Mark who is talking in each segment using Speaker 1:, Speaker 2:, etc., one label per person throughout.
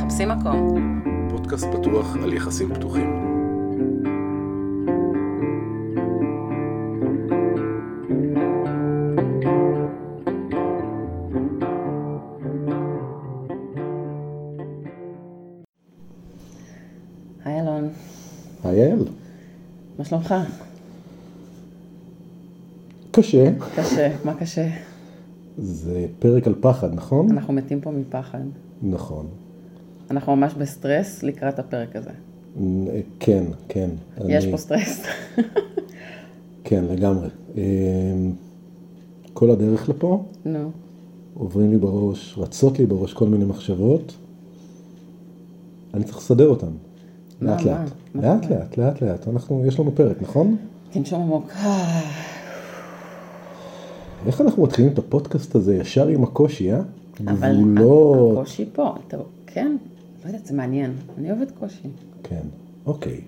Speaker 1: תופסים מקום.
Speaker 2: פודקאסט פתוח על יחסים פתוחים.
Speaker 1: היי אלון,
Speaker 2: היי יעל.
Speaker 1: מה שלומך?
Speaker 2: קשה.
Speaker 1: קשה, מה קשה?
Speaker 2: זה פרק על פחד, נכון?
Speaker 1: אנחנו מתים פה מפחד.
Speaker 2: נכון.
Speaker 1: אנחנו ממש בסטרס לקראת הפרק הזה.
Speaker 2: נ- כן, כן.
Speaker 1: יש
Speaker 2: אני-
Speaker 1: פה סטרס.
Speaker 2: כן, לגמרי. אמ, כל הדרך לפה
Speaker 1: נו,
Speaker 2: עוברים לי בראש, רצות לי בראש כל מיני מחשבות. אני צריך לסדר אותן.
Speaker 1: מה,
Speaker 2: לאט
Speaker 1: מה?
Speaker 2: לאט.
Speaker 1: לא, מה
Speaker 2: לאט
Speaker 1: קורה?
Speaker 2: לאט, לאט לאט. אנחנו, יש לנו פרק, נכון?
Speaker 1: תנשום עמוק. אה,
Speaker 2: איך אנחנו מתחילים את הפודקאסט הזה ישר עם הקושי, אה?
Speaker 1: אבל
Speaker 2: גבולות.
Speaker 1: הקושי פה, אתה, כן, לא יודעת, זה מעניין. אני אוהבת קושי.
Speaker 2: כן, אוקיי.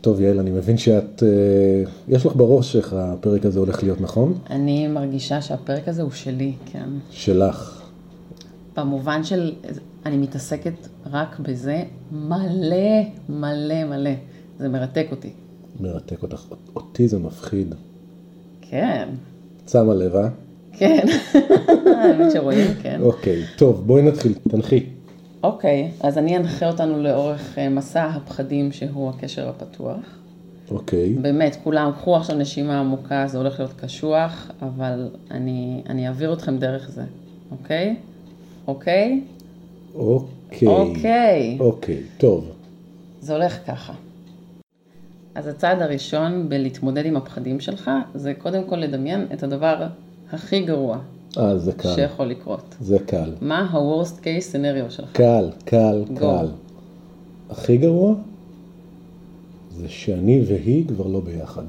Speaker 2: טוב, יעל, אני מבין שאת, אה, יש לך בראש איך הפרק הזה הולך להיות, נכון?
Speaker 1: אני מרגישה שהפרק הזה הוא שלי, כן.
Speaker 2: שלך.
Speaker 1: במובן של, אני מתעסקת רק בזה מלא, מלא, מלא. זה מרתק אותי.
Speaker 2: מרתק אותך. אות- אותי זה מפחיד.
Speaker 1: כן,
Speaker 2: את שמה לב, אה?
Speaker 1: כן. האמת שרואים, כן.
Speaker 2: אוקיי, טוב, בואי נתחיל, תנחי.
Speaker 1: אוקיי, אז אני אנחה אותנו לאורך אה, מסע הפחדים שהוא הקשר הפתוח.
Speaker 2: אוקיי,
Speaker 1: באמת, כולם, קחו עכשיו נשימה עמוקה, זה הולך להיות קשוח, אבל אני, אני אעביר אתכם דרך זה, אוקיי? אוקיי?
Speaker 2: אוקיי.
Speaker 1: אוקיי.
Speaker 2: אוקיי, טוב.
Speaker 1: זה הולך ככה. אז הצעד הראשון בלהתמודד עם הפחדים שלך, זה קודם כל לדמיין את הדבר הכי גרוע
Speaker 2: אה, זה קל.
Speaker 1: שיכול לקרות.
Speaker 2: זה קל.
Speaker 1: מה ה-Worst case scenario שלך?
Speaker 2: קל, קל,
Speaker 1: גו.
Speaker 2: קל. הכי גרוע זה שאני והיא כבר לא ביחד.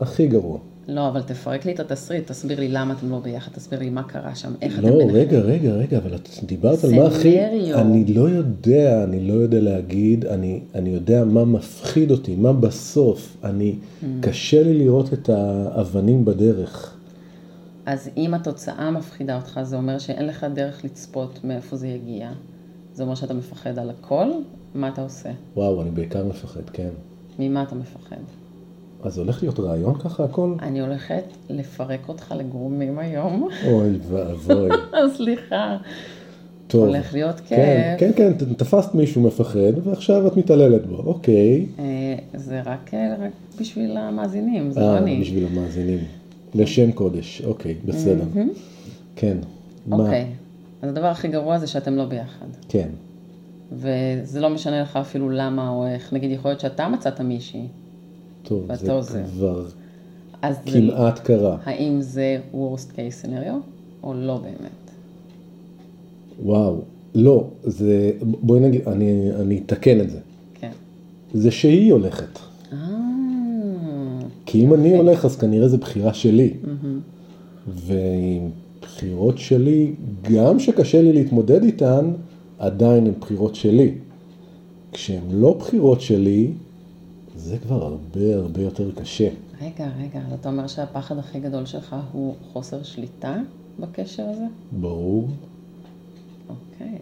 Speaker 2: הכי גרוע.
Speaker 1: לא, אבל תפרק לי את התסריט, תסביר לי למה אתם לא ביחד, תסביר לי מה קרה שם, איך אתם
Speaker 2: לא,
Speaker 1: ביניכם.
Speaker 2: רגע, רגע, רגע, אבל את דיברת על מה הכי...
Speaker 1: סנריו.
Speaker 2: אני לא יודע, אני לא יודע להגיד, אני, אני יודע מה מפחיד אותי, מה בסוף. אני,
Speaker 1: Mm.
Speaker 2: קשה לי לראות את האבנים בדרך.
Speaker 1: אז אם התוצאה מפחידה אותך, זה אומר שאין לך דרך לצפות מאיפה זה יגיע. זה אומר שאתה מפחד על הכל, מה אתה עושה?
Speaker 2: וואו, אני בעיקר מפחד, כן.
Speaker 1: ממה אתה מפחד?
Speaker 2: אז הולך להיות רעיון ככה הכל?
Speaker 1: אני הולכת לפרק אותך לגורמים היום.
Speaker 2: אוי ואבוי.
Speaker 1: סליחה.
Speaker 2: טוב.
Speaker 1: הולך להיות כיף.
Speaker 2: כן, כן, כן, ת- תפסת מישהו מפחד, ועכשיו את מתעללת בו, אוקיי.
Speaker 1: אה, זה רק, אה, רק בשביל המאזינים, זה לא
Speaker 2: אה,
Speaker 1: אני.
Speaker 2: בשביל המאזינים. לשם קודש, אוקיי, בסדר. כן. מה?
Speaker 1: אוקיי. אז הדבר הכי גרוע זה שאתם לא ביחד.
Speaker 2: כן.
Speaker 1: וזה לא משנה לך אפילו למה או איך. נגיד, יכול להיות שאתה מצאת מישהי.
Speaker 2: טוב,
Speaker 1: ואתה
Speaker 2: זה
Speaker 1: עוזב.
Speaker 2: כבר
Speaker 1: אז זה-
Speaker 2: כמעט קרה.
Speaker 1: האם זה worst case scenario או לא באמת?
Speaker 2: וואו. לא, זה... בואי נגיד, אני אני אתקן את זה.
Speaker 1: כן.
Speaker 2: זה שהיא הולכת.
Speaker 1: אה,
Speaker 2: כי אם אני הולך, אז כנראה זו בחירה שלי. ועם בחירות שלי, גם שקשה לי להתמודד איתן, עדיין הן בחירות שלי. כשהן לא בחירות שלי, זה כבר הרבה הרבה יותר קשה.
Speaker 1: רגע, רגע, אז אתה אומר שהפחד הכי גדול שלך הוא חוסר שליטה בקשר הזה?
Speaker 2: ברור.
Speaker 1: אוקיי.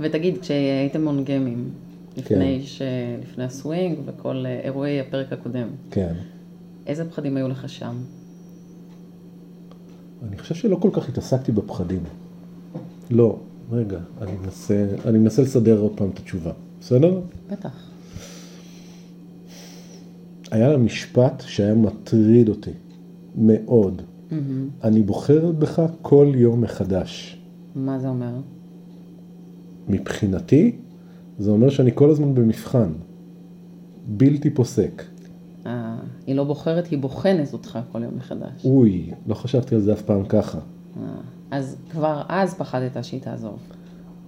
Speaker 1: ותגיד, כשהייתם מונגמים, לפני, ש... לפני הסווינג וכל אה, אירועי הפרק הקודם,
Speaker 2: כן.
Speaker 1: איזה פחדים היו לך שם?
Speaker 2: אני חושב שלא כל כך התעסקתי בפחדים. לא, רגע, אני מנסה, אני מנסה לסדר עוד פעם את התשובה. בסדר?
Speaker 1: בטח.
Speaker 2: היה לה משפט שהיה מטריד אותי מאוד. אני בוחרת בך כל יום מחדש.
Speaker 1: מה זה אומר?
Speaker 2: מבחינתי, זה אומר שאני כל הזמן במבחן. בלתי פוסק.
Speaker 1: אה, היא לא בוחרת, היא בוחנת אותך כל יום מחדש.
Speaker 2: אוי, לא חשבתי על זה אף פעם ככה.
Speaker 1: אה, אז כבר אז פחדת שהיא תעזוב.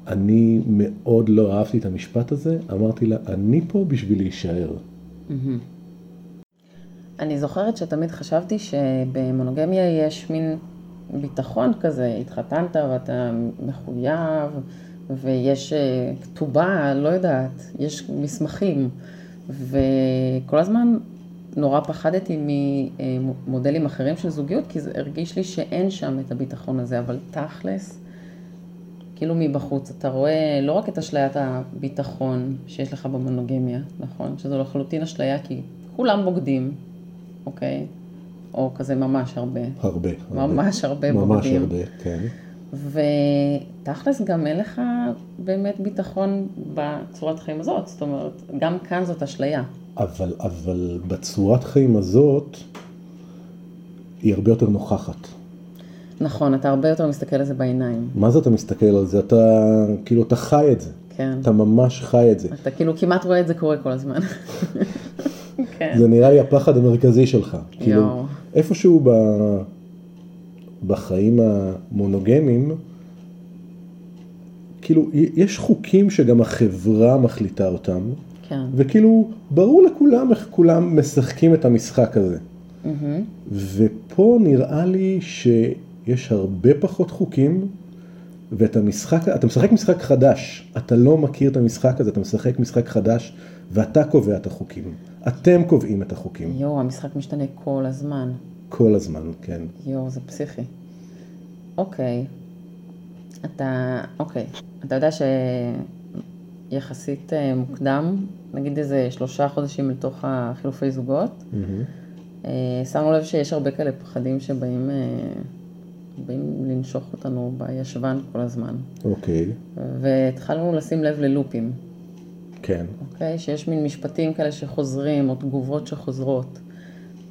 Speaker 2: אני מאוד לא אהבתי את המשפט הזה, אמרתי לה, אני פה בשביל להישאר.
Speaker 1: אני זוכרת שתמיד חשבתי שבמונוגמיה יש מין ביטחון כזה, התחתנת ואתה מחויב, ויש אה, כתובה, לא יודעת, יש מסמכים, וכל הזמן נורא פחדתי ממודלים אחרים של זוגיות, כי זה הרגיש לי שאין שם את הביטחון הזה, אבל תכלס, כאילו מבחוץ, אתה רואה לא רק את אשליית הביטחון שיש לך במונוגמיה, נכון? שזו לחלוטין אשליה כי כולם בוגדים, אוקיי? או כזה ממש הרבה.
Speaker 2: הרבה.
Speaker 1: ממש הרבה
Speaker 2: ממש
Speaker 1: בוגדים.
Speaker 2: הרבה, כן.
Speaker 1: ותכלס גם אין לך באמת ביטחון בצורת חיים הזאת, זאת אומרת, גם כאן זאת אשליה.
Speaker 2: אבל, אבל בצורת חיים הזאת, היא הרבה יותר נוכחת.
Speaker 1: נכון, אתה הרבה יותר מסתכל על זה בעיניים,
Speaker 2: מה זה אתה מסתכל על זה? אתה, כאילו, אתה חי את זה.
Speaker 1: כן.
Speaker 2: אתה ממש חי את זה.
Speaker 1: אתה כאילו כמעט רואה את זה קורה כל הזמן. כן.
Speaker 2: זה נראה לי הפחד המרכזי שלך. כאילו,
Speaker 1: יואו.
Speaker 2: איפשהו ב... בחיים המונוגמיים, כאילו, י- יש חוקים שגם החברה מחליטה אותם,
Speaker 1: כן.
Speaker 2: וכאילו, ברור לכולם איך כולם משחקים את המשחק הזה.
Speaker 1: מהמם.
Speaker 2: ופה נראה לי שיש הרבה פחות חוקים, ואתה משחק, אתה משחק משחק חדש. אתה לא מכיר את המשחק הזה, אתה משחק משחק חדש, ואתה קובע את החוקים. אתם קובעים את החוקים.
Speaker 1: יואו, המשחק משתנה כל הזמן.
Speaker 2: כל הזמן, כן.
Speaker 1: יואו, זה פסיכי. אוקיי. אתה, אוקיי. אתה יודע שיחסית אה, מוקדם, נגיד איזה שלושה חודשים לתוך החילופי זוגות, אה, שמנו לב שיש הרבה כאלה פחדים שבאים אה, באים לנשוך אותנו בישבן כל הזמן.
Speaker 2: אוקיי,
Speaker 1: והתחלנו לשים לב ללופים.
Speaker 2: כן.
Speaker 1: אוקיי? שיש מין משפטים כאלה שחוזרים, או תגובות שחוזרות.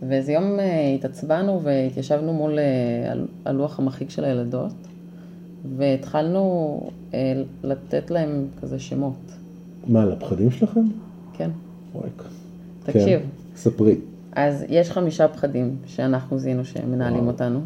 Speaker 1: ואיזה יום אה, התעצבנו והתיישבנו מול אה, ה- הלוח המחיק של הילדות, והתחלנו אה, לתת להם כזה שמות,
Speaker 2: מה, לפחדים שלכם?
Speaker 1: כן?
Speaker 2: וואק.
Speaker 1: תקשיב,
Speaker 2: כן, ספרי.
Speaker 1: אז יש חמישה פחדים שאנחנו זיהינו שהם מנהלים
Speaker 2: וואו. כן.
Speaker 1: אותנו.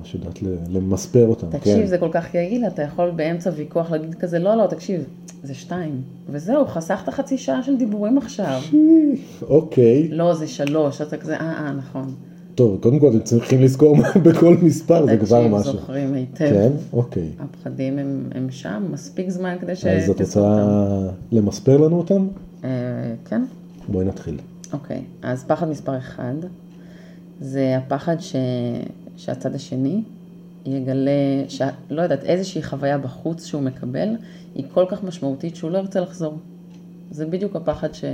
Speaker 2: ממש יודעת ל- למספר אותם, כן.
Speaker 1: תקשיב, זה כל כך יעיל, אתה יכול באמצע ויכוח להגיד כזה, לא, לא, תקשיב, זה שתיים. וזהו, חסכת חצי שעה של דיבורים עכשיו.
Speaker 2: שי, אוקיי.
Speaker 1: לא, זה שלוש, אתה כזה, אה, אה, נכון.
Speaker 2: טוב, קודם כל אתם צריכים לזכור מה בכל מספר, זה כבר
Speaker 1: תקשיב,
Speaker 2: משהו.
Speaker 1: זוכרים היטב.
Speaker 2: כן, אוקיי.
Speaker 1: הפחדים הם, הם שם מספיק זמן כדי ש...
Speaker 2: אז את רוצה למספר לנו אותם?
Speaker 1: אה, כן,
Speaker 2: בואי נתחיל.
Speaker 1: אוקיי. אז פחד מספר אחד, זה הפחד ש... שהצד השני יגלה, ש... לא יודעת, איזושהי חוויה בחוץ שהוא מקבל, היא כל כך משמעותית שהוא לא ירצה לחזור. זה בדיוק הפחד ש...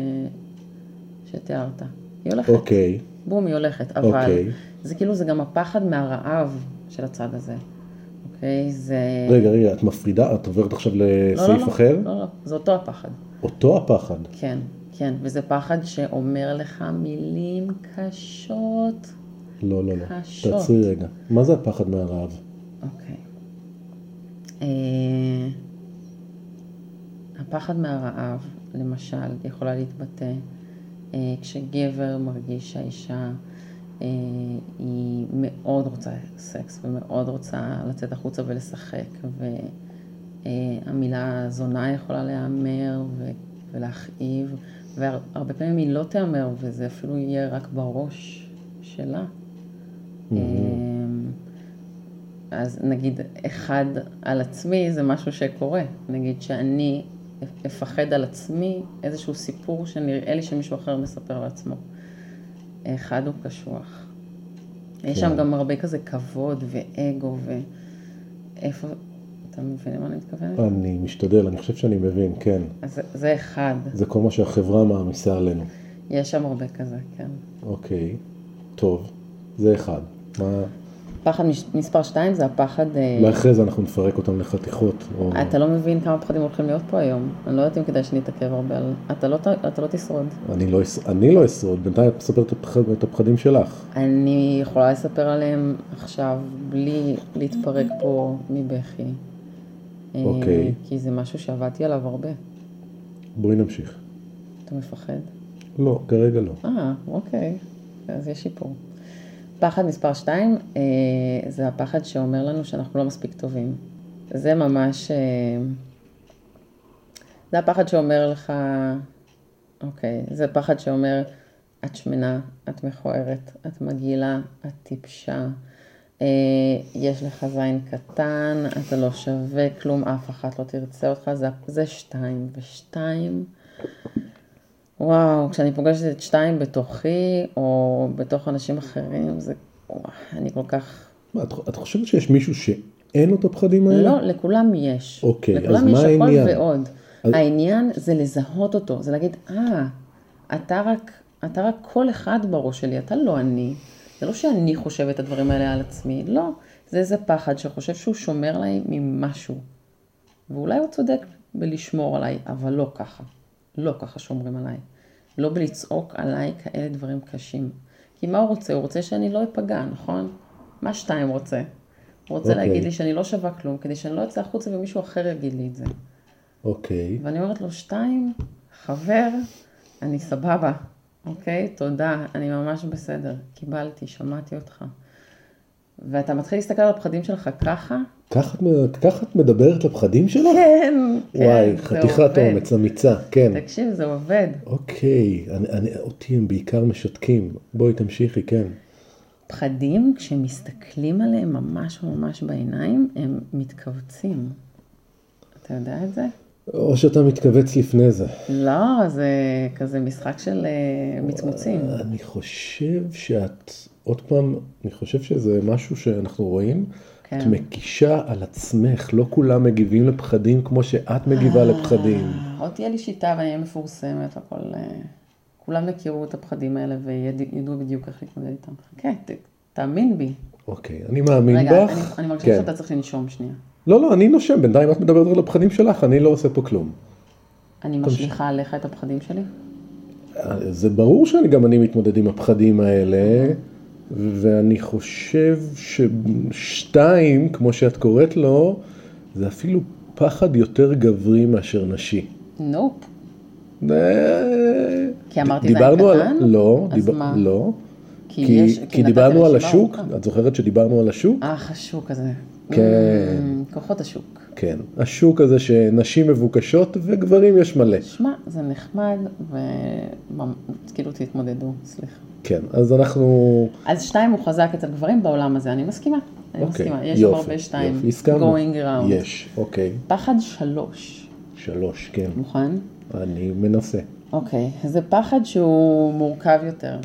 Speaker 1: שתיארת. היא הולכת,
Speaker 2: אוקיי,
Speaker 1: בום, היא הולכת, אבל...
Speaker 2: אוקיי.
Speaker 1: זה כאילו, זה גם הפחד מהרעב של הצד הזה, אוקיי? זה...
Speaker 2: רגע, רגע, את מפרידה? את עוברת עכשיו
Speaker 1: לא, לא,
Speaker 2: לסעיף
Speaker 1: לא,
Speaker 2: אחר?
Speaker 1: לא, לא, זה אותו הפחד.
Speaker 2: אותו הפחד.
Speaker 1: כן, כן, וזה פחד שאומר לך מילים קשות.
Speaker 2: לא, לא, לא.
Speaker 1: קשות.
Speaker 2: תעצרי רגע. מה זה הפחד מהרעב?
Speaker 1: אוקיי. אה, הפחד מהרעב, למשל, יכולה להתבטא אה, כשגבר מרגיש שהאישה אה, היא מאוד רוצה סקס ומאוד רוצה לצאת החוצה ולשחק, והמילה זונה יכולה להיאמר ו- ולהכאיב, והרבה פעמים היא לא תיאמר וזה אפילו יהיה רק בראש שלה.
Speaker 2: Mm-hmm.
Speaker 1: אה, אז נגיד אחד על עצמי זה משהו שקורה. נגיד שאני אפחד על עצמי איזשהו סיפור שנראה לי שמישהו אחר מספר לעצמו. אחד הוא קשוח. יש שם
Speaker 2: כן.
Speaker 1: גם הרבה כזה כבוד ואגו ואיפה... אתה מבין למה אני מתכוונת?
Speaker 2: אני משתדל, אני חושב שאני מבין, כן.
Speaker 1: אז זה- זה אחד.
Speaker 2: זה כל מה שהחברה מעמיסה עלינו.
Speaker 1: יש שם הרבה כזה, כן.
Speaker 2: אוקיי, טוב. זה אחד. מה-
Speaker 1: אה. פחד מש- מספר שתיים זה הפחד... אה,
Speaker 2: אולי אחרי זה אנחנו נפרק אותם לחתיכות. או-
Speaker 1: אתה לא מבין כמה פחדים הולכים להיות פה היום. אני לא יודעת אם כדאי שנתעכב הרבה על... אתה לא, ת- אתה לא תשרוד.
Speaker 2: אני לא אש- אני לא אשרוד, בינתיים את מספרת את הפחד- את הפחדים שלך.
Speaker 1: אני יכולה לספר עליהם עכשיו בלי להתפרק פה מבכי. אה,
Speaker 2: אוקיי.
Speaker 1: כי זה משהו שעבדתי עליו הרבה.
Speaker 2: בואי נמשיך.
Speaker 1: אתה מפחד?
Speaker 2: לא, כרגע לא.
Speaker 1: אה, אוקיי. אז יש שיפור. פחד מספר 2 זה הפחד שאומר לנו שאנחנו לא מספיק טובים. זה ממש... אה, זה הפחד שאומר לך... אוקיי, זה פחד שאומר, את שמנה, את מכוערת, את מגעילה, את טיפשה, אה, יש לך זין קטן, אתה לא שווה כלום, אף אחת לא תרצה אותך, זה, זה שתיים. ושתיים, וואו, כשאני פוגשת את שתיים בתוכי, או בתוך אנשים אחרים, זה... וואו, אני כל כך...
Speaker 2: מה, את, את חושבת שיש מישהו ש... אין לו את הפחדים האלה?
Speaker 1: לא, לכולם יש.
Speaker 2: אוקיי, אז
Speaker 1: לכולם
Speaker 2: מה
Speaker 1: יש הכל
Speaker 2: העניין?
Speaker 1: ועוד.
Speaker 2: אז-
Speaker 1: העניין זה לזהות אותו, זה להגיד, אה, אתה רק, אתה רק כל אחד בראש שלי, אתה לא אני. זה לא שאני חושב את הדברים האלה על עצמי, לא. זה איזה פחד שחושב שהוא שומר עליי ממשהו. ואולי הוא צודק בלשמור עליי, אבל לא ככה. לא ככה שומרים עליי. לא בלצעוק עליי כאלה דברים קשים. כי מה הוא רוצה? הוא רוצה שאני לא אפגע, נכון? מה שתיים רוצה? הוא רוצה okay.
Speaker 2: אוקיי.
Speaker 1: להגיד לי שאני לא שווה כלום, כדי שאני לא אצא החוצה ומישהו אחר יגיד לי את זה.
Speaker 2: אוקיי.
Speaker 1: ואני אומרת לו, שתיים, חבר, אני סבבה, אוקיי? תודה, אני ממש בסדר. קיבלתי, שמעתי אותך. ואתה מתחיל להסתכל על הפחדים שלך ככה?
Speaker 2: ככה את מ- ככה את מדברת לפחדים שלך?
Speaker 1: כן, כן,
Speaker 2: וואי,
Speaker 1: זה
Speaker 2: חתיכת
Speaker 1: עובד.
Speaker 2: אומץ, אמיצה, כן.
Speaker 1: תקשיב, זה עובד.
Speaker 2: אוקיי, אני- אני- אותי הם בעיקר משתקים. בואי תמשיכי, כן.
Speaker 1: פחדים, כשמסתכלים עליהם ממש ממש בעיניים, הם מתכווצים. אתה יודע את זה?
Speaker 2: או שאתה מתכווץ לפני זה.
Speaker 1: לא, זה כזה משחק של אה, מצמוצים.
Speaker 2: אני חושב שאת, עוד פעם, אני חושב שזה משהו שאנחנו רואים.
Speaker 1: כן.
Speaker 2: את מקישה על עצמך, לא כולם מגיבים לפחדים כמו שאת מגיבה לפחדים.
Speaker 1: אה, עוד תהיה לי שיטה ואני אהיה מפורסמת, הכל... אה, כולם יכירו את הפחדים האלה וידעו בדיוק איך להתמודד איתם. כן, ת- תאמין בי.
Speaker 2: אוקיי, אני מאמין
Speaker 1: רגע,
Speaker 2: בך.
Speaker 1: אני- אני מרגישה
Speaker 2: כן.
Speaker 1: שאתה צריך לנשום שנייה.
Speaker 2: לא, לא, אני נושם, בינתיים את מדברת על הפחדים שלך, אני לא עושה פה כלום.
Speaker 1: אני משליכה עליך את הפחדים שלי?
Speaker 2: זה ברור שאני גם אני מתמודד עם הפחדים האלה, ואני חושב ששתיים, כמו שאת קוראת לו, זה אפילו פחד יותר גברי מאשר נשי.
Speaker 1: נופ.
Speaker 2: אה,
Speaker 1: כי אמרתי
Speaker 2: דיברנו
Speaker 1: זין
Speaker 2: על...
Speaker 1: קטן?
Speaker 2: לא,
Speaker 1: אז
Speaker 2: דיב-
Speaker 1: מה?
Speaker 2: לא.
Speaker 1: כי
Speaker 2: כי-
Speaker 1: יש-
Speaker 2: כי
Speaker 1: נתת
Speaker 2: דיברנו על
Speaker 1: רשימה
Speaker 2: השוק,
Speaker 1: ארוכה.
Speaker 2: את זוכרת שדיברנו על השוק?
Speaker 1: אך, השוק הזה.
Speaker 2: כן.
Speaker 1: Mm, כוחות השוק.
Speaker 2: כן. השוק הזה שנשים מבוקשות וגברים יש מלא.
Speaker 1: שמע, זה נחמד, וכאילו תתמודדו, סליחה.
Speaker 2: כן, אז אנחנו...
Speaker 1: אז שתיים הוא חזק אצל גברים בעולם הזה, אני מסכימה. אני מסכימה, יש שם
Speaker 2: אוקיי, יופי,
Speaker 1: הרבה שתיים.
Speaker 2: יופי, הסכמנו.
Speaker 1: going around.
Speaker 2: יש, אוקיי.
Speaker 1: פחד שלוש,
Speaker 2: שלוש, כן.
Speaker 1: מוכן?
Speaker 2: אני מנסה.
Speaker 1: אוקיי, זה פחד שהוא מורכב יותר.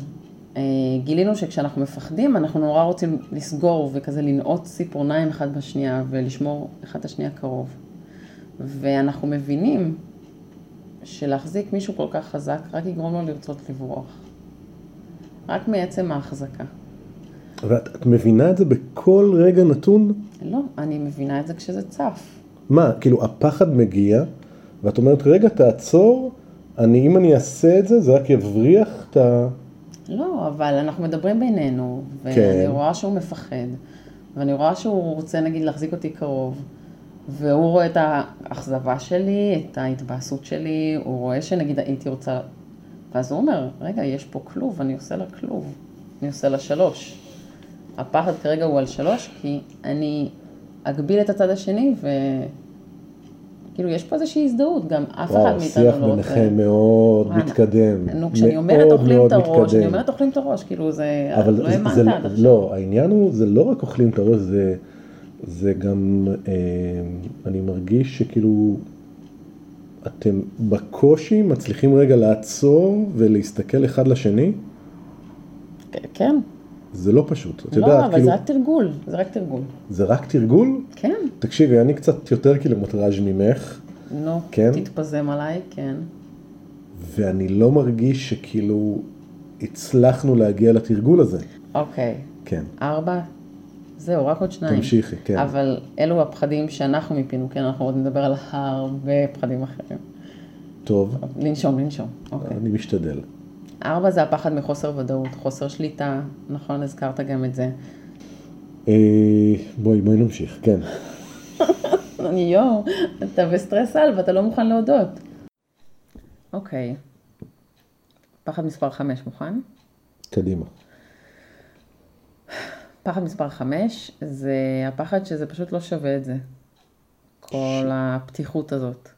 Speaker 1: אה, גילינו שכשאנחנו מפחדים, אנחנו נורא רוצים לסגור וכזה לנעוץ ציפורניים אחד בשנייה ולשמור אחד את השנייה קרוב. ואנחנו מבינים שלהחזיק מישהו כל כך חזק רק יגרום לו לרצות לברוח. רק מעצם ההחזקה.
Speaker 2: ואת את מבינה את זה בכל רגע נתון?
Speaker 1: לא, אני מבינה את זה כשזה צף.
Speaker 2: מה, כאילו הפחד מגיע, ואת אומרת, רגע, תעצור, אני, אם אני אעשה את זה, זה רק יבריח את ה...
Speaker 1: לא, אבל אנחנו מדברים בינינו, ואני
Speaker 2: כן.
Speaker 1: רואה שהוא מפחד, ואני רואה שהוא רוצה נגיד להחזיק אותי קרוב, והוא רואה את האכזבה שלי, את ההתבאסות שלי, הוא רואה שנגיד הייתי רוצה... ואז הוא אומר, רגע, יש פה כלוב, אני עושה לה כלוב, אני עושה לה שלוש. הפחד כרגע הוא על שלוש, כי אני אגביל את הצד השני, ו... כאילו, יש פה איזושהי הזדהות, גם אף אחד
Speaker 2: וואו,
Speaker 1: מאיתנו לא
Speaker 2: שיח
Speaker 1: רוצה...
Speaker 2: ביניכם מאוד
Speaker 1: וואלה.
Speaker 2: מתקדם.
Speaker 1: נו, כשאני אומרת
Speaker 2: מאוד
Speaker 1: אוכלים
Speaker 2: מאוד
Speaker 1: את הראש, אני
Speaker 2: מתקדם.
Speaker 1: אומרת אוכלים את הראש, כאילו זה,
Speaker 2: אבל
Speaker 1: לא
Speaker 2: זה-
Speaker 1: האמנת
Speaker 2: זה,
Speaker 1: עד עכשיו.
Speaker 2: לא, העניין הוא, זה לא רק אוכלים את הראש, זה, זה גם, אה, אני מרגיש שכאילו, אתם בקושי מצליחים רגע לעצור ולהסתכל אחד לשני,
Speaker 1: כן,
Speaker 2: זה לא פשוט. את
Speaker 1: לא,
Speaker 2: יודעת,
Speaker 1: אבל
Speaker 2: כאילו,
Speaker 1: זה רק תרגול, זה רק תרגול.
Speaker 2: זה רק תרגול?
Speaker 1: כן,
Speaker 2: תקשיבי, אני קצת יותר קילומטראז' ממך,
Speaker 1: נו,
Speaker 2: כן?
Speaker 1: תתפזם עליי, כן.
Speaker 2: ואני לא מרגיש שכאילו הצלחנו להגיע לתרגול הזה.
Speaker 1: אוקיי,
Speaker 2: כן,
Speaker 1: ארבע, זהו, רק עוד שניים.
Speaker 2: תמשיכי, כן.
Speaker 1: אבל אלו הפחדים שאנחנו מיפינו, כן, אנחנו עוד נדבר על הרבה פחדים אחרים.
Speaker 2: טוב,
Speaker 1: לנשום, לנשום, אוקיי.
Speaker 2: אני משתדל.
Speaker 1: ארבע זה הפחד מחוסר ודאות, חוסר שליטה, נכון, הזכרת גם את זה.
Speaker 2: אה, בואי, בואי נמשיך, כן.
Speaker 1: אני יואו, אתה בסטרס על ואתה לא מוכן להודות. אוקיי. פחד מספר 5 מוכן?
Speaker 2: קדימה.
Speaker 1: פחד מספר 5 זה הפחד שזה פשוט לא שווה את זה. כל הפתיחות הזאת.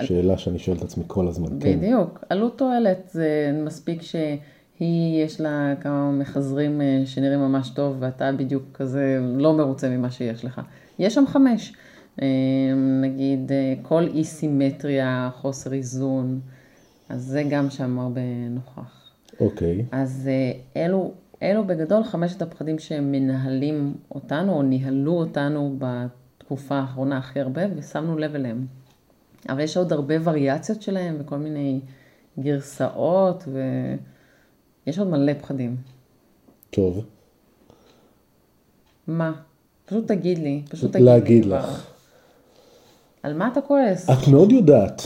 Speaker 2: שאלה שאני שואל את עצמי כל הזמן. כן.
Speaker 1: בדיוק. עלות תועלת זה מספיק שהיא יש לה כמה מחזרים אה, שנראים ממש טוב ואתה בדיוק כזה לא מרוצה ממה שיש לך. יש שם חמש. אה, נגיד אה, כל אי סימטריה, חוסר איזון, אז זה גם שם הרבה נוכח.
Speaker 2: אוקיי,
Speaker 1: אז אה, אלו אלו בגדול חמשת הפחדים שמנהלים אותנו או ניהלו אותנו בתקופה האחרונה הכי הרבה ושמנו לב אליהם. אבל יש עוד הרבה וריאציות שלהם וכל מיני גרסאות ויש עוד מלא פחדים.
Speaker 2: טוב.
Speaker 1: מה? פשוט תגיד לי, פשוט
Speaker 2: פשוט
Speaker 1: תגיד לי.
Speaker 2: להגיד
Speaker 1: כבר.
Speaker 2: לך. אה,
Speaker 1: על מה אתה כועס?
Speaker 2: את מאוד יודעת.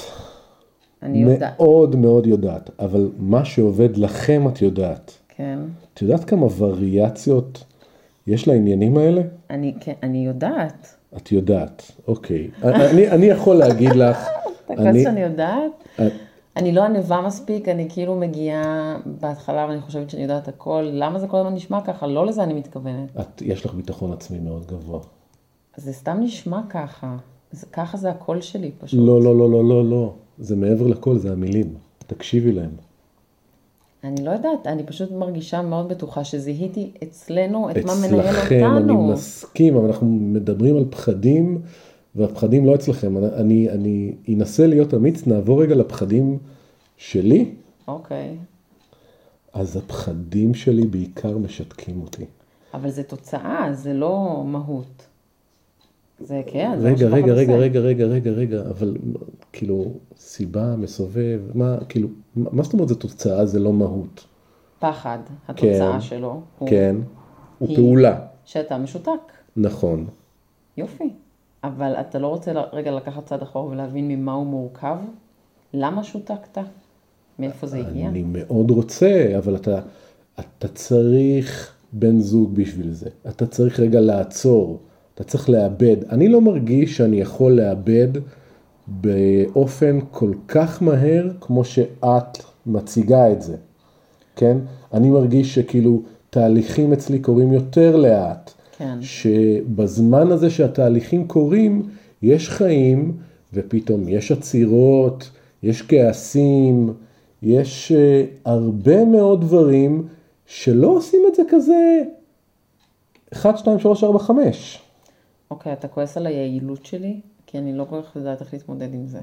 Speaker 1: אני יודעת.
Speaker 2: מאוד מאוד יודעת. אבל מה שעובד לכם את יודעת.
Speaker 1: כן.
Speaker 2: את יודעת כמה וריאציות יש לעניינים האלה?
Speaker 1: אני, כן, אני יודעת.
Speaker 2: את יודעת, אוקיי. אני, אני יכול להגיד לך,
Speaker 1: אתה כועס
Speaker 2: אני,
Speaker 1: שאני יודעת?
Speaker 2: אה,
Speaker 1: אני לא ענווה מספיק, אני כאילו מגיעה בהתחלה ואני חושבת שאני יודעת הכל. למה זה כל הזמן נשמע ככה? לא לזה אני מתכוונת.
Speaker 2: את, יש לך ביטחון עצמי מאוד גבוה.
Speaker 1: זה סתם נשמע ככה. זה, ככה זה הקול שלי פשוט.
Speaker 2: לא, לא, לא, לא, לא, לא. זה מעבר לכל, זה המילים. תקשיבי להם.
Speaker 1: אני לא יודעת, אני פשוט מרגישה מאוד בטוחה שזיהיתי אצלנו את מה מנהל
Speaker 2: אצלכם, אני
Speaker 1: אותנו.
Speaker 2: מסכים, אבל אנחנו מדברים על פחדים, והפחדים לא אצלכם. אני- אני, אני אנסה להיות אמיץ, נעבור רגע לפחדים שלי,
Speaker 1: אוקיי.
Speaker 2: אז הפחדים שלי בעיקר משתקים אותי.
Speaker 1: אבל זה תוצאה, זה לא מהות. זה כן, זה מה
Speaker 2: רגע,
Speaker 1: שפחד
Speaker 2: רגע, רגע,
Speaker 1: עושה.
Speaker 2: רגע, רגע, רגע, רגע, אבל כאילו, סיבה, מסובב, מה, כאילו, מה מה זאת אומרת זה תוצאה, זה לא מהות.
Speaker 1: פחד, התוצאה
Speaker 2: כן.
Speaker 1: שלו, הוא
Speaker 2: כן, הוא
Speaker 1: היא.
Speaker 2: פעולה,
Speaker 1: שאתה משותק.
Speaker 2: נכון.
Speaker 1: יופי. אבל אתה לא רוצה ל- רגע לקחת צעד אחורה ולהבין ממה הוא מורכב? למה שותקת? מאיפה זה הגיע?
Speaker 2: אני מאוד רוצה, אבל אתה, אתה צריך בן זוג בשביל זה. אתה צריך רגע לעצור, אתה צריך לאבד. אני לא מרגיש שאני יכול לאבד באופן כל כך מהר כמו שאת מציגה את זה, כן? אני מרגיש שכאילו תהליכים אצלי קורים יותר לאט.
Speaker 1: כן.
Speaker 2: שבזמן הזה שהתהליכים קורים, יש חיים, ופתאום יש עצירות, יש כעסים, יש אה, הרבה מאוד דברים שלא עושים את זה כזה 1, 2, 3, 4, 5.
Speaker 1: אוקיי, אתה כועס על היעילות שלי? כי אני לא כל כך יודעת איך להתמודד עם זה.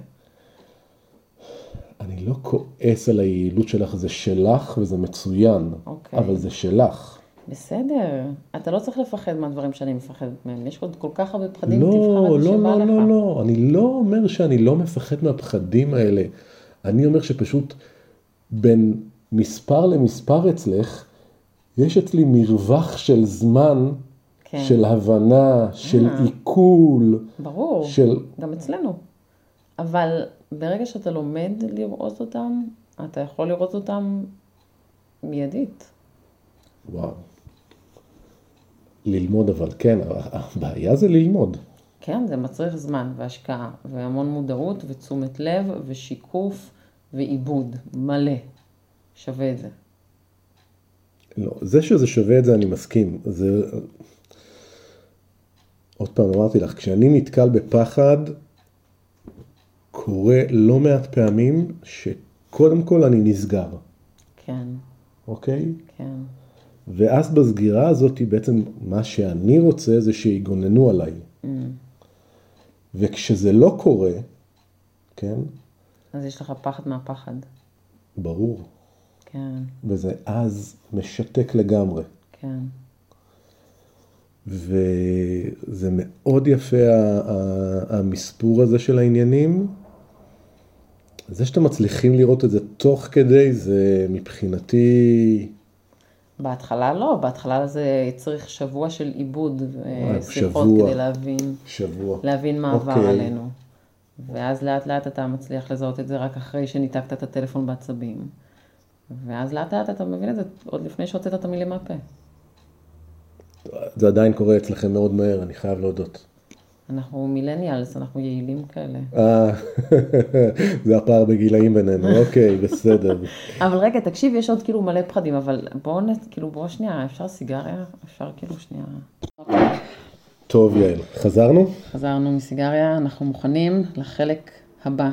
Speaker 2: אני לא כועס על היעילות שלך, זה שלך וזה מצוין,
Speaker 1: אוקיי.
Speaker 2: אבל זה שלך.
Speaker 1: בסדר, אתה לא צריך לפחד מהדברים שאני מפחדת מהם. יש עוד כל כך הרבה פחדים, תבחר
Speaker 2: לא,
Speaker 1: את זה
Speaker 2: לא,
Speaker 1: שבא
Speaker 2: לא,
Speaker 1: לך.
Speaker 2: לא, לא, אני לא אומר שאני לא מפחד מהפחדים האלה. אני אומר שפשוט בין מספר למספר אצלך, יש אצלי מרווח של זמן,
Speaker 1: כן.
Speaker 2: של הבנה, של
Speaker 1: אה.
Speaker 2: עיכול,
Speaker 1: ברור,
Speaker 2: של...
Speaker 1: גם אצלנו. אבל ברגע שאתה לומד לראות אותם, אתה יכול לראות אותם מיידית.
Speaker 2: וואו. ללמוד אבל, כן, הבעיה זה ללמוד.
Speaker 1: כן, זה מצריך זמן והשקעה, והמון מודעות ותשומת לב ושיקוף ועיבוד מלא. שווה את זה.
Speaker 2: לא, זה שזה שווה את זה אני מסכים. זה... עוד פעם אמרתי לך, כשאני נתקל בפחד, קורה לא מעט פעמים שקודם כל אני נסגר,
Speaker 1: כן,
Speaker 2: אוקיי?
Speaker 1: כן.
Speaker 2: ואז בסגירה הזאת בעצם מה שאני רוצה זה שיגוננו עליי. וכשזה לא קורה, כן?
Speaker 1: אז יש לך פחד מהפחד.
Speaker 2: ברור.
Speaker 1: כן,
Speaker 2: וזה אז משתק לגמרי.
Speaker 1: כן.
Speaker 2: וזה מאוד יפה ה- ה- המספור הזה של העניינים. זה שאתם מצליחים לראות את זה תוך כדי, זה מבחינתי
Speaker 1: בהתחלה לא, בהתחלה זה צריך שבוע של עיבוד
Speaker 2: וואי,
Speaker 1: ושיחות
Speaker 2: אה, שבוע.
Speaker 1: כדי להבין,
Speaker 2: שבוע.
Speaker 1: להבין מה עבר
Speaker 2: אוקיי.
Speaker 1: עלינו. ואז לאט לאט אתה מצליח לזהות את זה רק אחרי שניתקת את הטלפון בעצבים. ואז לאט לאט אתה מבין את זה עוד לפני שהוצאת את המילים מהפה.
Speaker 2: זה עדיין קורה אצלכם מאוד מהר, אני חייב להודות.
Speaker 1: אנחנו מילניאלס, אנחנו יעילים כאלה.
Speaker 2: אה, זה הפער בגילאים בינינו, אוקיי, בסדר.
Speaker 1: אבל רגע, תקשיב, יש עוד כאילו מלא פחדים, אבל בואו נ... כאילו, בואו שנייה, אפשר סיגריה? אפשר כאילו שנייה...
Speaker 2: טוב, יעל, חזרנו?
Speaker 1: חזרנו מסיגריה, אנחנו מוכנים לחלק הבא.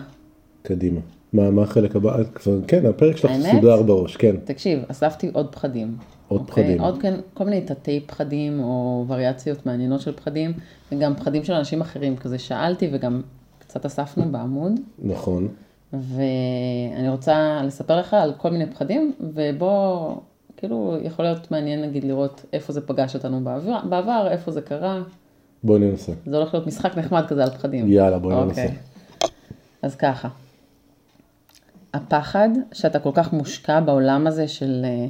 Speaker 2: קדימה. מה, מה החלק הבא? את כבר, כן, הפרק שלך
Speaker 1: האמת?
Speaker 2: סודר בראש, כן.
Speaker 1: תקשיב, אספתי עוד פחדים.
Speaker 2: עוד
Speaker 1: אוקיי?
Speaker 2: פחדים.
Speaker 1: עוד כן, כל מיני תתי פחדים או וריאציות מעניינות של פחדים, וגם פחדים של אנשים אחרים, כזה שאלתי וגם קצת אספנו בעמוד.
Speaker 2: נכון.
Speaker 1: ואני רוצה לספר לך על כל מיני פחדים, ובוא כאילו, יכול להיות מעניין נגיד לראות איפה זה פגש אותנו בעבר, בעבר איפה זה קרה.
Speaker 2: בואי ננסה.
Speaker 1: זה הולך להיות משחק נחמד כזה על פחדים.
Speaker 2: יאללה, בואי ננסה.
Speaker 1: אוקיי. אז ככה, הפחד שאתה כל כך מושקע בעולם הזה של אה,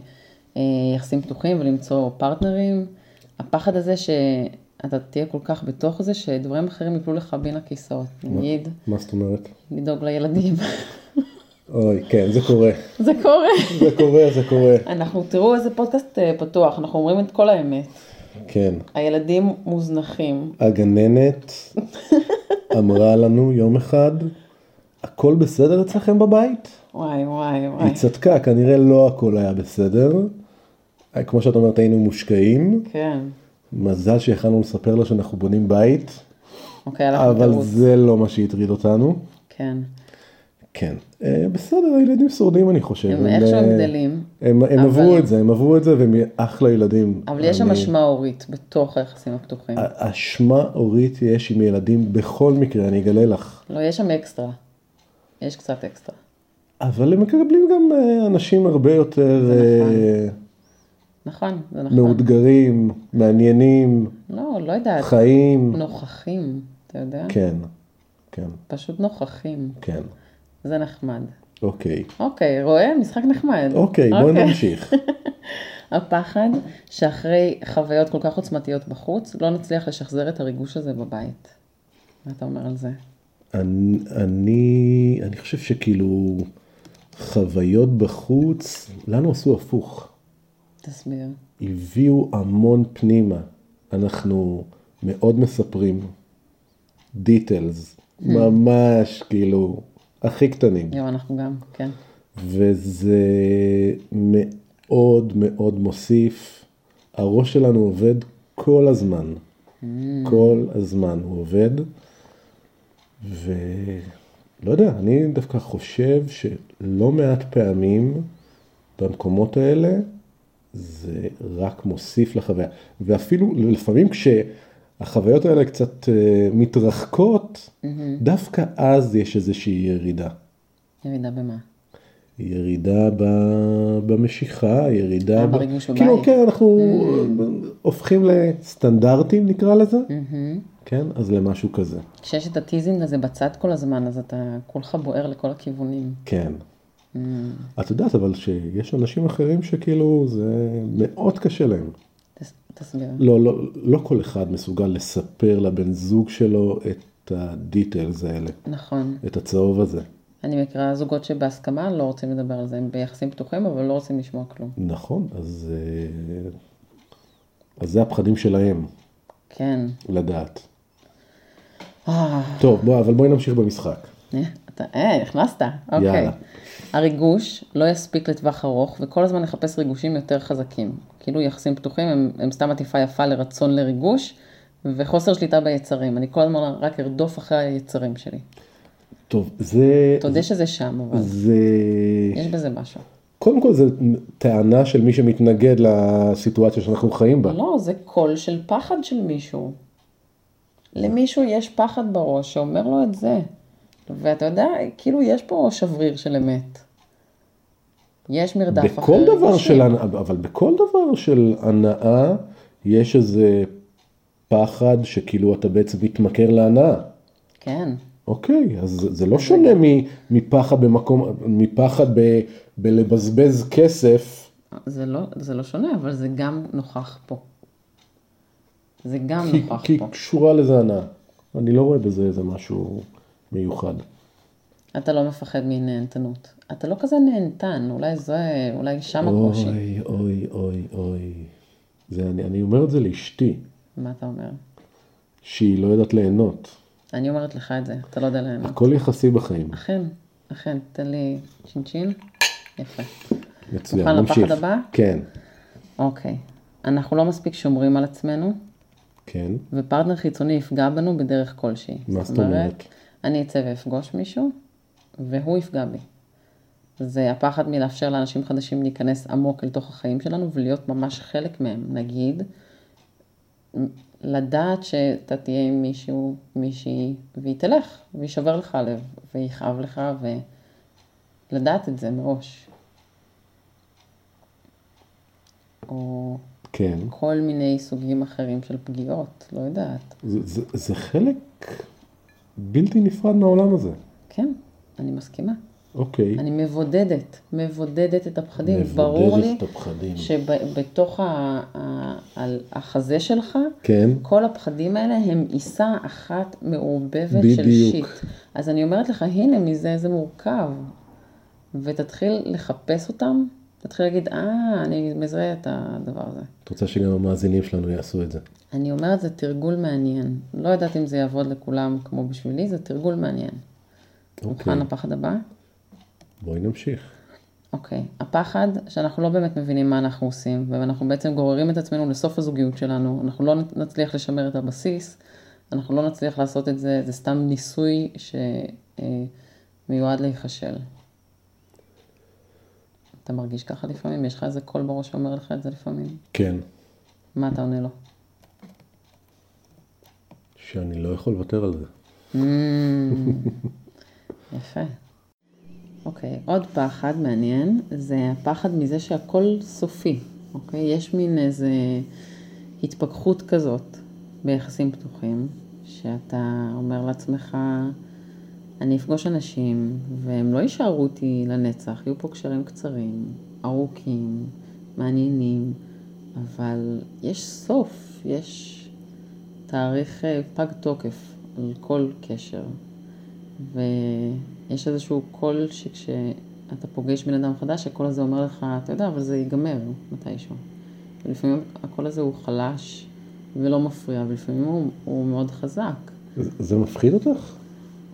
Speaker 1: אה, יחסים פתוחים ולמצוא פרטנרים, הפחד הזה שאתה תהיה כל כך בתוך זה שדברים אחרים יפלו לך בין הכיסאות, נגיד
Speaker 2: מה זאת אומרת?
Speaker 1: לדאוג לילדים,
Speaker 2: אוי, כן, זה קורה.
Speaker 1: זה קורה.
Speaker 2: זה קורה, זה קורה.
Speaker 1: אנחנו, תראו איזה פודקאסט אה, פתוח, אנחנו אומרים את כל האמת.
Speaker 2: כן.
Speaker 1: הילדים מוזנחים.
Speaker 2: הגננת אמרה לנו יום אחד, הכל בסדר אצלכם בבית?
Speaker 1: וואי וואי וואי.
Speaker 2: היא צדקה, כנראה לא הכל היה בסדר. אה, כמו שאת אומרת, היינו מושקעים.
Speaker 1: כן.
Speaker 2: מזל שיכלנו לספר לה שאנחנו בונים בית,
Speaker 1: אוקיי, הלכנו
Speaker 2: אבל
Speaker 1: תירוץ.
Speaker 2: זה לא מה שהטריד אותנו.
Speaker 1: כן.
Speaker 2: כן. אה, בסדר, הילדים שורדים אני חושב.
Speaker 1: הם איכשהו
Speaker 2: אה,
Speaker 1: הם גדלים.
Speaker 2: הם, הם
Speaker 1: אבל-
Speaker 2: עברו את זה, הם עברו את זה והם אחלה ילדים.
Speaker 1: אבל יש שם
Speaker 2: אני- אה.
Speaker 1: אשמה הורית בתוך היחסים הפתוחים.
Speaker 2: אשמה הורית יש עם ילדים בכל מקרה, אני אגלה לך.
Speaker 1: לא, יש שם אקסטרה. יש קצת אקסטרה.
Speaker 2: אבל הם מקבלים גם אה, אנשים הרבה יותר אה,
Speaker 1: נכון, זה נכון.
Speaker 2: מאותגרים, מעניינים,
Speaker 1: לא, לא יודעת.
Speaker 2: חיים.
Speaker 1: נוכחים, אתה יודע?
Speaker 2: כן, כן,
Speaker 1: פשוט נוכחים.
Speaker 2: כן.
Speaker 1: זה נחמד.
Speaker 2: אוקיי.
Speaker 1: אוקיי, רואה? משחק נחמד.
Speaker 2: אוקיי, בואו נמשיך.
Speaker 1: הפחד שאחרי חוויות כל כך עוצמתיות בחוץ, לא נצליח לשחזר את הריגוש הזה בבית. מה אתה אומר על זה?
Speaker 2: אני, אני, אני חושב שכאילו חוויות בחוץ, לנו עשו הפוך.
Speaker 1: תסביר.
Speaker 2: הביאו המון פנימה. אנחנו מאוד מספרים דיטלס, ממש כאילו הכי קטנים.
Speaker 1: יואו, אנחנו גם, כן.
Speaker 2: וזה מאוד מאוד מוסיף. הראש שלנו עובד כל הזמן. כל הזמן הוא עובד. ולא לא יודע, אני דווקא חושב שלא מעט פעמים במקומות האלה זה רק מוסיף לחוויה. ואפילו לפעמים כשהחוויות האלה קצת אה, מתרחקות, דווקא אז יש איזושהי ירידה.
Speaker 1: ירידה במה?
Speaker 2: ירידה ב... במשיכה, ירידה...
Speaker 1: אה, בריגוש בבית.
Speaker 2: כאילו, כן, אנחנו הופכים לסטנדרטים נקרא לזה, כן? אז למשהו כזה,
Speaker 1: כשיש את הטיזינג הזה בצד כל הזמן, אז אתה כולך בוער לכל הכיוונים. Mm.
Speaker 2: כן. את יודעת אבל שיש אנשים אחרים שכאילו זה מאוד קשה להם.
Speaker 1: תס- תסביר.
Speaker 2: לא, לא, לא כל אחד מסוגל לספר לבן זוג שלו את הדיטלס האלה,
Speaker 1: נכון.
Speaker 2: את הצהוב הזה.
Speaker 1: אני מכירה זוגות שבהסכמה לא רוצים לדבר על זה, הם ביחסים פתוחים, אבל לא רוצים לשמוע כלום.
Speaker 2: נכון, אז, אה, אז זה הפחדים שלהם
Speaker 1: כן.
Speaker 2: לדעת.
Speaker 1: אה,
Speaker 2: טוב, בוא, אבל בואי נמשיך במשחק.
Speaker 1: אה, אתה, אה, נכנסת. אוקיי.
Speaker 2: יאללה.
Speaker 1: הריגוש לא יספיק לטווח ארוך, וכל הזמן נחפש ריגושים יותר חזקים. כאילו יחסים פתוחים הם, הם סתם עטיפה יפה לרצון לריגוש, וחוסר שליטה ביצרים. אני כל הזמן רק ארדוף אחרי היצרים שלי.
Speaker 2: טוב, זה...
Speaker 1: תודה שזה שם, אבל
Speaker 2: זה...
Speaker 1: יש בזה משהו.
Speaker 2: קודם כל זו טענה של מי שמתנגד לסיטואציה שאנחנו חיים בה.
Speaker 1: לא, זה קול של פחד של מישהו. למישהו יש פחד בראש שאומר לו את זה. ואתה יודע, כאילו יש פה שבריר של אמת. יש מרדף אחר
Speaker 2: בכל דבר
Speaker 1: רגושים.
Speaker 2: של... הנ- אבל בכל דבר של הנאה יש איזה פחד שכאילו אתה בעצם מתמכר להנאה.
Speaker 1: כן,
Speaker 2: אוקיי, אז זה- זה לא שונה מ- מפחד במקום, מפחד ב- בלבזבז כסף.
Speaker 1: זה לא, זה לא שונה, אבל זה גם נוכח פה. זה גם
Speaker 2: כי-
Speaker 1: נוכח
Speaker 2: כי
Speaker 1: פה.
Speaker 2: קשורה לזה הנאה. אני לא רואה בזה איזה משהו מיוחד.
Speaker 1: אתה לא מפחד מנהנתנות. אתה לא כזה נהנתן, אולי זה, אולי שם הקושי.
Speaker 2: אוי, אוי, אוי, אוי. זה, אני, אני אומר את זה לאשתי,
Speaker 1: מה אתה אומר?
Speaker 2: שהיא לא יודעת ליהנות.
Speaker 1: אני אומרת לך את זה, אתה לא יודע לענות.
Speaker 2: הכל יחסי בחיים.
Speaker 1: אכן, אכן, תן לי צ'ינצ'ין. יפה.
Speaker 2: מצוין,
Speaker 1: מוכן
Speaker 2: נמשיך.
Speaker 1: לפחד הבא?
Speaker 2: כן,
Speaker 1: אוקיי. אנחנו לא מספיק שומרים על עצמנו,
Speaker 2: כן.
Speaker 1: ופרטנר חיצוני יפגע בנו בדרך כלשהי.
Speaker 2: מה זאת אומרת?
Speaker 1: אני אצא ואפגוש מישהו, והוא יפגע בי. זה הפחד מלאפשר לאנשים חדשים להיכנס עמוק אל תוך החיים שלנו ולהיות ממש חלק מהם. נגיד, מ- לדעת שאתה תהיה עם מישהו, מישהי, והיא תלך, ויישבר לך הלב, ויכאב לך, ולדעת את זה מראש.
Speaker 2: כן.
Speaker 1: כל מיני סוגים אחרים של פגיעות, לא יודעת.
Speaker 2: זה, זה, זה חלק בלתי נפרד מהעולם הזה.
Speaker 1: כן, אני מסכימה.
Speaker 2: אוקיי.
Speaker 1: אני מבודדת, מבודדת את הפחדים.
Speaker 2: מבודדת
Speaker 1: ברור לי
Speaker 2: את הפחדים.
Speaker 1: שבתוך ה- ה- על- החזה שלך,
Speaker 2: כן.
Speaker 1: כל הפחדים האלה הם עיסה אחת מעורבבת של
Speaker 2: בדיוק.
Speaker 1: שיט. אז אני אומרת לך, הנה מזה זה מורכב. ותתחיל לחפש אותם, תתחיל להגיד, אה, אני מזהה את הדבר הזה.
Speaker 2: את רוצה שגם המאזינים שלנו יעשו את זה.
Speaker 1: אני אומרת, זה תרגול מעניין. לא יודעת אם זה יעבוד לכולם כמו בשבילי, זה תרגול מעניין.
Speaker 2: אוקיי.
Speaker 1: מבחן הפחד הבא?
Speaker 2: בואי נמשיך.
Speaker 1: אוקיי. הפחד שאנחנו לא באמת מבינים מה אנחנו עושים, ואנחנו בעצם גוררים את עצמנו לסוף הזוגיות שלנו, אנחנו לא נצליח לשמר את הבסיס, אנחנו לא נצליח לעשות את זה, זה סתם ניסוי שמיועד להיכשל. אתה מרגיש ככה לפעמים? יש לך איזה קול בראש שאומר לך את זה לפעמים?
Speaker 2: כן.
Speaker 1: מה אתה עונה לו?
Speaker 2: שאני לא יכול לוותר על זה.
Speaker 1: Mm. יפה. אוקיי, עוד פחד מעניין, זה הפחד מזה שהכל סופי, אוקיי? יש מין איזה התפכחות כזאת ביחסים פתוחים, שאתה אומר לעצמך, אני אפגוש אנשים, והם לא יישארו אותי לנצח, יהיו פה קשרים קצרים, ארוכים, מעניינים, אבל יש סוף, יש תאריך אה, פג תוקף על כל קשר. ויש איזשהו קול שכשאתה פוגש בן אדם חדש, הקול הזה אומר לך, אתה יודע, אבל זה ייגמר מתישהו. ולפעמים הקול הזה הוא חלש ולא מפריע, ולפעמים הוא, הוא מאוד חזק.
Speaker 2: זה- זה מפחיד אותך?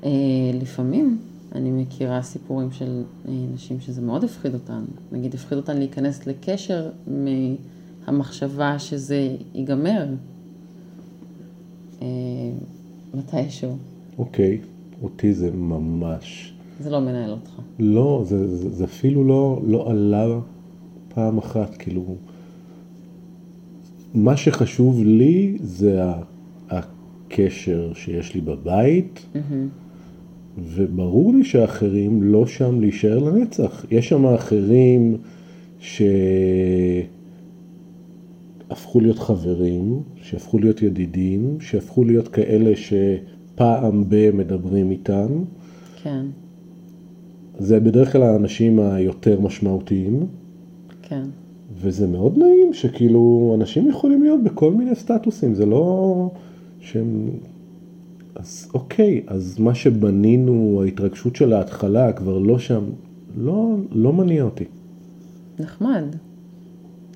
Speaker 1: אה, לפעמים אני מכירה סיפורים של אה, נשים שזה מאוד הפחיד אותן. נגיד, הפחיד אותן להיכנס לקשר מהמחשבה שזה ייגמר אה, מתישהו.
Speaker 2: אוקיי. אותי זה ממש...
Speaker 1: זה לא מנהל אותך.
Speaker 2: לא, זה, זה, זה אפילו לא, לא עלה פעם אחת, כאילו... מה שחשוב לי זה ה- הקשר שיש לי בבית, וברור לי שהאחרים לא שם להישאר לנצח. יש שם אחרים שהפכו להיות חברים, שהפכו להיות ידידים, שהפכו להיות כאלה שפעם ב- מדברים איתם.
Speaker 1: כן,
Speaker 2: זה בדרך כלל האנשים היותר משמעותיים,
Speaker 1: כן.
Speaker 2: וזה מאוד נעים שכאילו אנשים יכולים להיות בכל מיני סטטוסים, זה לא שהם... אז אוקיי, אז מה שבנינו, ההתרגשות של ההתחלה כבר לא שם, לא, לא מניע אותי.
Speaker 1: נחמד.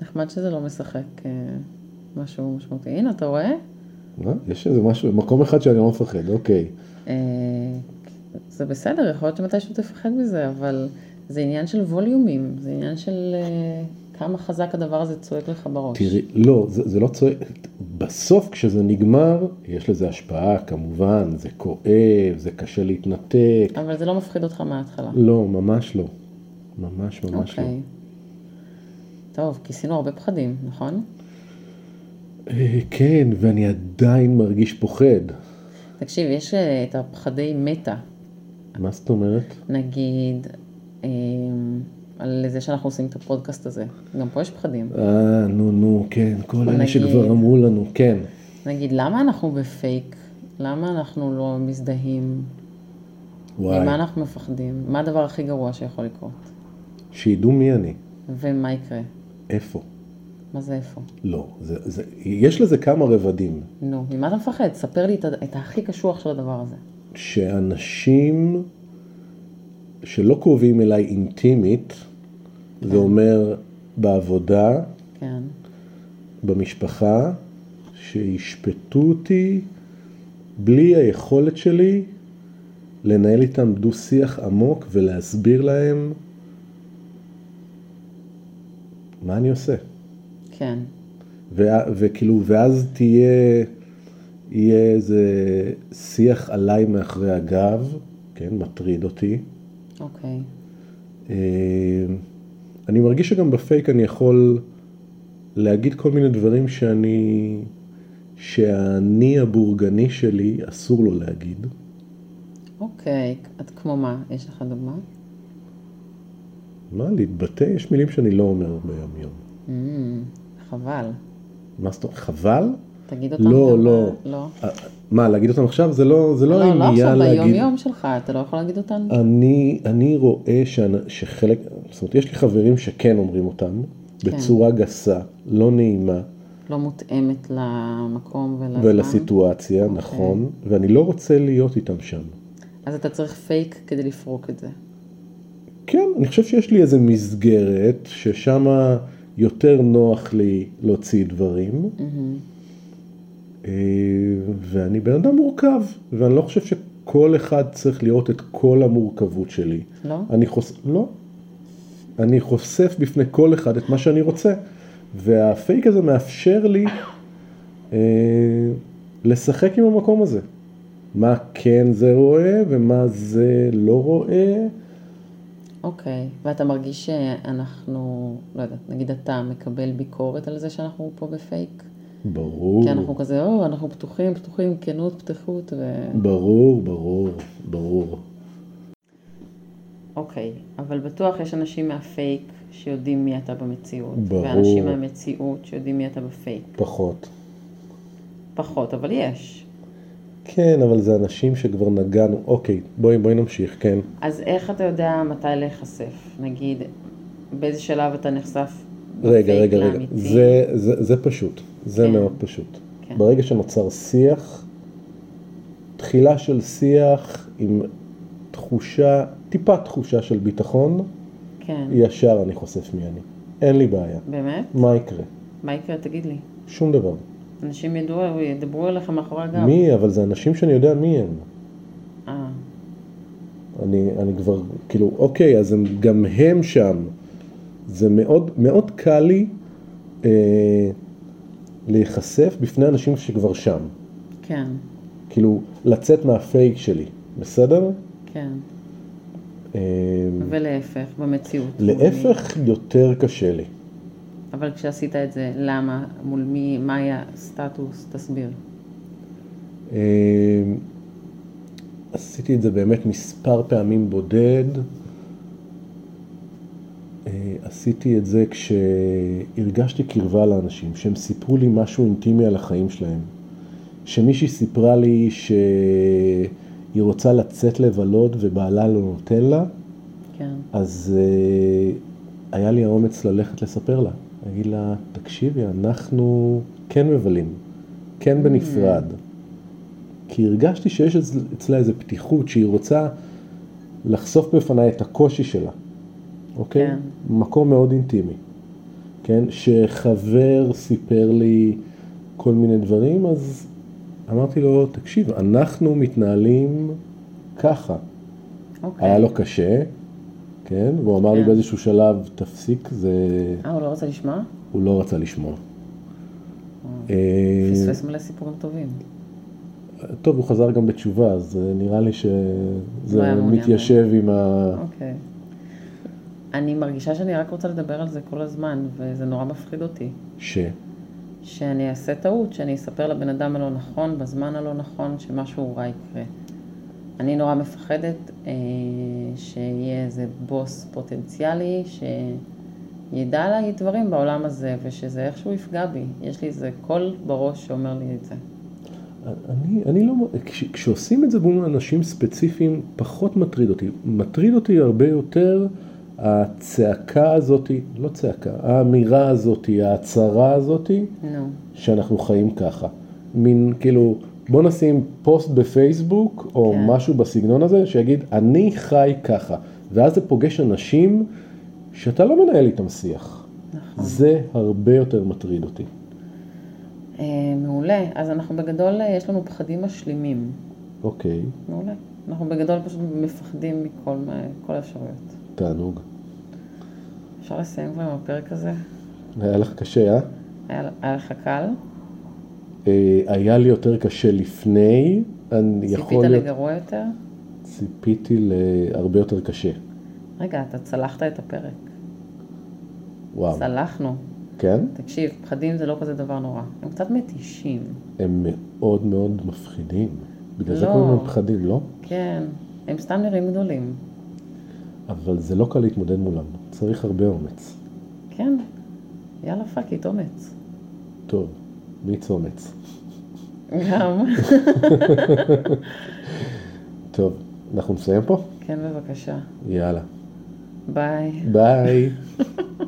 Speaker 1: נחמד שזה לא משחק אה, משהו משמעותי. הנה, אתה רואה?
Speaker 2: אה? יש איזה משהו, מקום אחד שאני לא מפחד, אוקיי.
Speaker 1: אה, זה בסדר, יכול להיות שמתישהו תפחד מזה, אבל זה עניין של ווליומים, זה עניין של אה, כמה חזק הדבר הזה צועק לך בראש.
Speaker 2: תראי, לא, זה, זה לא צועק, בסוף כשזה נגמר, יש לזה השפעה כמובן, זה כואב, זה קשה להתנתק,
Speaker 1: אבל זה לא מפחיד אותך מההתחלה.
Speaker 2: לא, ממש לא. ממש ממש לא.
Speaker 1: אוקיי. טוב, כיסינו הרבה פחדים, נכון?
Speaker 2: אה, כן, ואני עדיין מרגיש פוחד.
Speaker 1: תקשיב, יש אה, את הפחדי מטה.
Speaker 2: מה זאת אומרת?
Speaker 1: נגיד, אה, על זה שאנחנו עושים את הפודקאסט הזה. גם פה יש פחדים.
Speaker 2: אה, נו, נו, כן, כל אלה
Speaker 1: נגיד.
Speaker 2: שכבר אמרו לנו, כן.
Speaker 1: נגיד, למה אנחנו בפייק? למה אנחנו לא מזדהים?
Speaker 2: וואי,
Speaker 1: ממה אנחנו מפחדים? מה הדבר הכי גרוע שיכול לקרות?
Speaker 2: שידעו מי אני,
Speaker 1: ומה יקרה?
Speaker 2: איפה.
Speaker 1: מה זה איפה?
Speaker 2: לא, זה, זה, יש לזה כמה רבדים.
Speaker 1: נו, ממה אתה מפחד? ספר לי את, ה- את הכי קשוח של הדבר הזה.
Speaker 2: שאנשים שלא קרובים אליי אינטימית, זה אומר בעבודה,
Speaker 1: כן,
Speaker 2: במשפחה, שישפטו אותי בלי היכולת שלי לנהל איתם דו-שיח עמוק ולהסביר להם מה אני עושה.
Speaker 1: כן,
Speaker 2: ו- וכאילו, ואז תהיה, יהיה איזה שיח עליי מאחורי הגב, כן, מטריד אותי.
Speaker 1: אוקיי.
Speaker 2: אה, אני מרגיש שגם בפייק אני יכול להגיד כל מיני דברים שאני, שהאני הבורגני שלי אסור לו להגיד.
Speaker 1: אוקיי, את כמו מה? יש לך דוגמה?
Speaker 2: מה, להתבטא? יש מילים שאני לא אומר ביום יום.
Speaker 1: אמ, Mm, חבל.
Speaker 2: מה זאת אומרת? חבל?
Speaker 1: תגיד אותם
Speaker 2: לא,
Speaker 1: גם-
Speaker 2: לא.
Speaker 1: לא.
Speaker 2: אה, מה, להגיד אותם עכשיו? זה לא, זה לא
Speaker 1: לא, לא
Speaker 2: העניין
Speaker 1: עכשיו,
Speaker 2: להגיד. אה.
Speaker 1: ביום יום שלך, אתה לא יכול להגיד אותם?
Speaker 2: אני, אני רואה שאנ- שחלק, זאת אומרת, יש לי חברים שכן אומרים אותם, בצורה גסה, לא נעימה,
Speaker 1: לא מותאמת למקום ולזמן.
Speaker 2: נכון. ולסיטואציה, נכון, ואני לא רוצה להיות איתם שם.
Speaker 1: אז אתה צריך פייק כדי לפרוק את זה.
Speaker 2: כן, אני חושב שיש לי איזה מסגרת, ששם יותר נוח לי להוציא דברים, אה, ואני בן אדם מורכב, ואני לא חושב שכל אחד צריך לראות את כל המורכבות שלי.
Speaker 1: לא?
Speaker 2: אני חוש... לא. אני חושף בפני כל אחד את מה שאני רוצה. והפייק הזה מאפשר לי אה, לשחק עם המקום הזה. מה כן זה רואה ומה זה לא רואה.
Speaker 1: אוקיי. ואתה מרגיש שאנחנו, לא יודעת, נגיד אתה מקבל ביקורת על זה שאנחנו פה בפייק?
Speaker 2: ברור,
Speaker 1: כי כן, אנחנו כזה, או, אנחנו פתוחים, פתוחים, כנות, פתיחות ו...
Speaker 2: ברור, ברור, ברור.
Speaker 1: אוקיי, אבל בטוח יש אנשים מהפייק שיודעים מי אתה במציאות.
Speaker 2: ברור.
Speaker 1: ואנשים מהמציאות שיודעים מי אתה בפייק.
Speaker 2: פחות.
Speaker 1: פחות, אבל יש.
Speaker 2: כן, אבל זה אנשים שכבר נגענו. אוקיי, בואי, בואי נמשיך, כן.
Speaker 1: אז איך אתה יודע מתי להיחשף? נגיד, באיזה שלב אתה נחשף
Speaker 2: רגע,
Speaker 1: בפייק
Speaker 2: רגע, רגע.
Speaker 1: לאמיתי?
Speaker 2: זה, זה, זה פשוט. זה
Speaker 1: כן.
Speaker 2: מאוד פשוט.
Speaker 1: כן.
Speaker 2: ברגע שנוצר שיח, תחילה של שיח עם תחושה, טיפה תחושה של ביטחון,
Speaker 1: כן.
Speaker 2: ישר אני חושף מי אני. אין לי בעיה.
Speaker 1: באמת?
Speaker 2: מה יקרה?
Speaker 1: מה יקרה? תגיד לי.
Speaker 2: שום דבר.
Speaker 1: אנשים ידעו, ידברו אליך מאחורי הגב.
Speaker 2: מי, אבל זה אנשים שאני יודע מי הם.
Speaker 1: אה,
Speaker 2: אני, אני כבר, כאילו, אוקיי, אז הם, גם הם שם. זה מאוד, מאוד קל לי אה, להיחשף בפני אנשים שכבר שם.
Speaker 1: כן,
Speaker 2: כאילו, לצאת מהפייק שלי, בסדר?
Speaker 1: כן.
Speaker 2: אה,
Speaker 1: ולהפך, במציאות.
Speaker 2: להפך, יותר קשה לי.
Speaker 1: אבל כשעשית את זה, למה? מול מי? מה היה הסטטוס? תסביר.
Speaker 2: אה, עשיתי את זה באמת מספר פעמים בודד. אה, עשיתי את זה כשהרגשתי קרבה לאנשים, שהם סיפרו לי משהו אינטימי על החיים שלהם. שמישהי סיפרה לי שהיא רוצה לצאת לבלות ובעלה לא נותן לה,
Speaker 1: כן.
Speaker 2: אז אה, היה לי האומץ ללכת לספר לה. להגיד לה, תקשיבי, אנחנו כן מבלים, כן בנפרד. כי הרגשתי שיש אצ- אצלה איזו פתיחות שהיא רוצה לחשוף בפניי את הקושי שלה, אוקיי?
Speaker 1: כן.
Speaker 2: מקום מאוד אינטימי, כן? שחבר סיפר לי כל מיני דברים, אז אמרתי לו, תקשיב, אנחנו מתנהלים ככה.
Speaker 1: אוקיי.
Speaker 2: היה לו קשה, כן? והוא אמר לי
Speaker 1: כן.
Speaker 2: באיזשהו שלב, תפסיק, זה...
Speaker 1: אה, הוא לא רוצה לשמוע?
Speaker 2: הוא לא רצה לשמוע. אה,
Speaker 1: פספס מלא סיפורים טובים.
Speaker 2: טוב, הוא חזר גם בתשובה, אז אה, נראה לי שזה
Speaker 1: לא היה מעוניין
Speaker 2: מתיישב עם ה...
Speaker 1: אוקיי. אני מרגישה שאני רק רוצה לדבר על זה כל הזמן, וזה נורא מפחיד אותי.
Speaker 2: ש...
Speaker 1: שאני אעשה טעות, שאני אספר לבן אדם הלא נכון, בזמן הלא נכון, שמשהו רע יקרה. אני נורא מפחדת אה, שיהיה איזה בוס פוטנציאלי שידע להגיד דברים בעולם הזה, ושזה איכשהו יפגע בי. יש לי איזה קול בראש שאומר לי את זה.
Speaker 2: אני, אני לא... כש, כשעושים את זה מול אנשים ספציפיים, פחות מטריד אותי. מטריד אותי הרבה יותר הצעקה הזאתי, לא צעקה, האמירה הזאתי, ההצהרה הזאתי,
Speaker 1: נו,
Speaker 2: שאנחנו חיים ככה. מין כאילו, בוא נשים פוסט בפייסבוק או
Speaker 1: כן.
Speaker 2: כן. משהו בסגנון הזה שיגיד, אני חי ככה. ואז זה פוגש אנשים שאתה לא מנהל איתם שיח.
Speaker 1: נכון.
Speaker 2: זה הרבה יותר מטריד אותי.
Speaker 1: אה, מעולה. אז אנחנו בגדול, אה, יש לנו פחדים משלימים.
Speaker 2: אוקיי,
Speaker 1: מעולה. אנחנו בגדול פשוט מפחדים מכל מה- כל האפשרויות.
Speaker 2: תענוג.
Speaker 1: אפשר לסיים כבר עם הפרק הזה?
Speaker 2: היה לך קשה, אה?
Speaker 1: היה היה לך קל?
Speaker 2: אה, היה לי יותר קשה לפני, אני
Speaker 1: ציפית
Speaker 2: יכול להיות...
Speaker 1: לגרוע יותר?
Speaker 2: ציפיתי להרבה יותר קשה.
Speaker 1: רגע, אתה צלחת את הפרק.
Speaker 2: וואו,
Speaker 1: צלחנו.
Speaker 2: כן?
Speaker 1: תקשיב, פחדים זה לא כזה דבר נורא. הם קצת מתישים.
Speaker 2: הם מאוד מאוד מפחידים. בגלל זה
Speaker 1: לא.
Speaker 2: קוראים להם פחדים, לא?
Speaker 1: כן, הם סתם נראים גדולים.
Speaker 2: אבל זה לא קל להתמודד מולם, צריך הרבה אומץ.
Speaker 1: כן, יאללה פאק, איט אומץ.
Speaker 2: טוב, בלי צומץ.
Speaker 1: גם.
Speaker 2: טוב, אנחנו נסיים פה?
Speaker 1: כן, בבקשה.
Speaker 2: יאללה.
Speaker 1: ביי.
Speaker 2: ביי.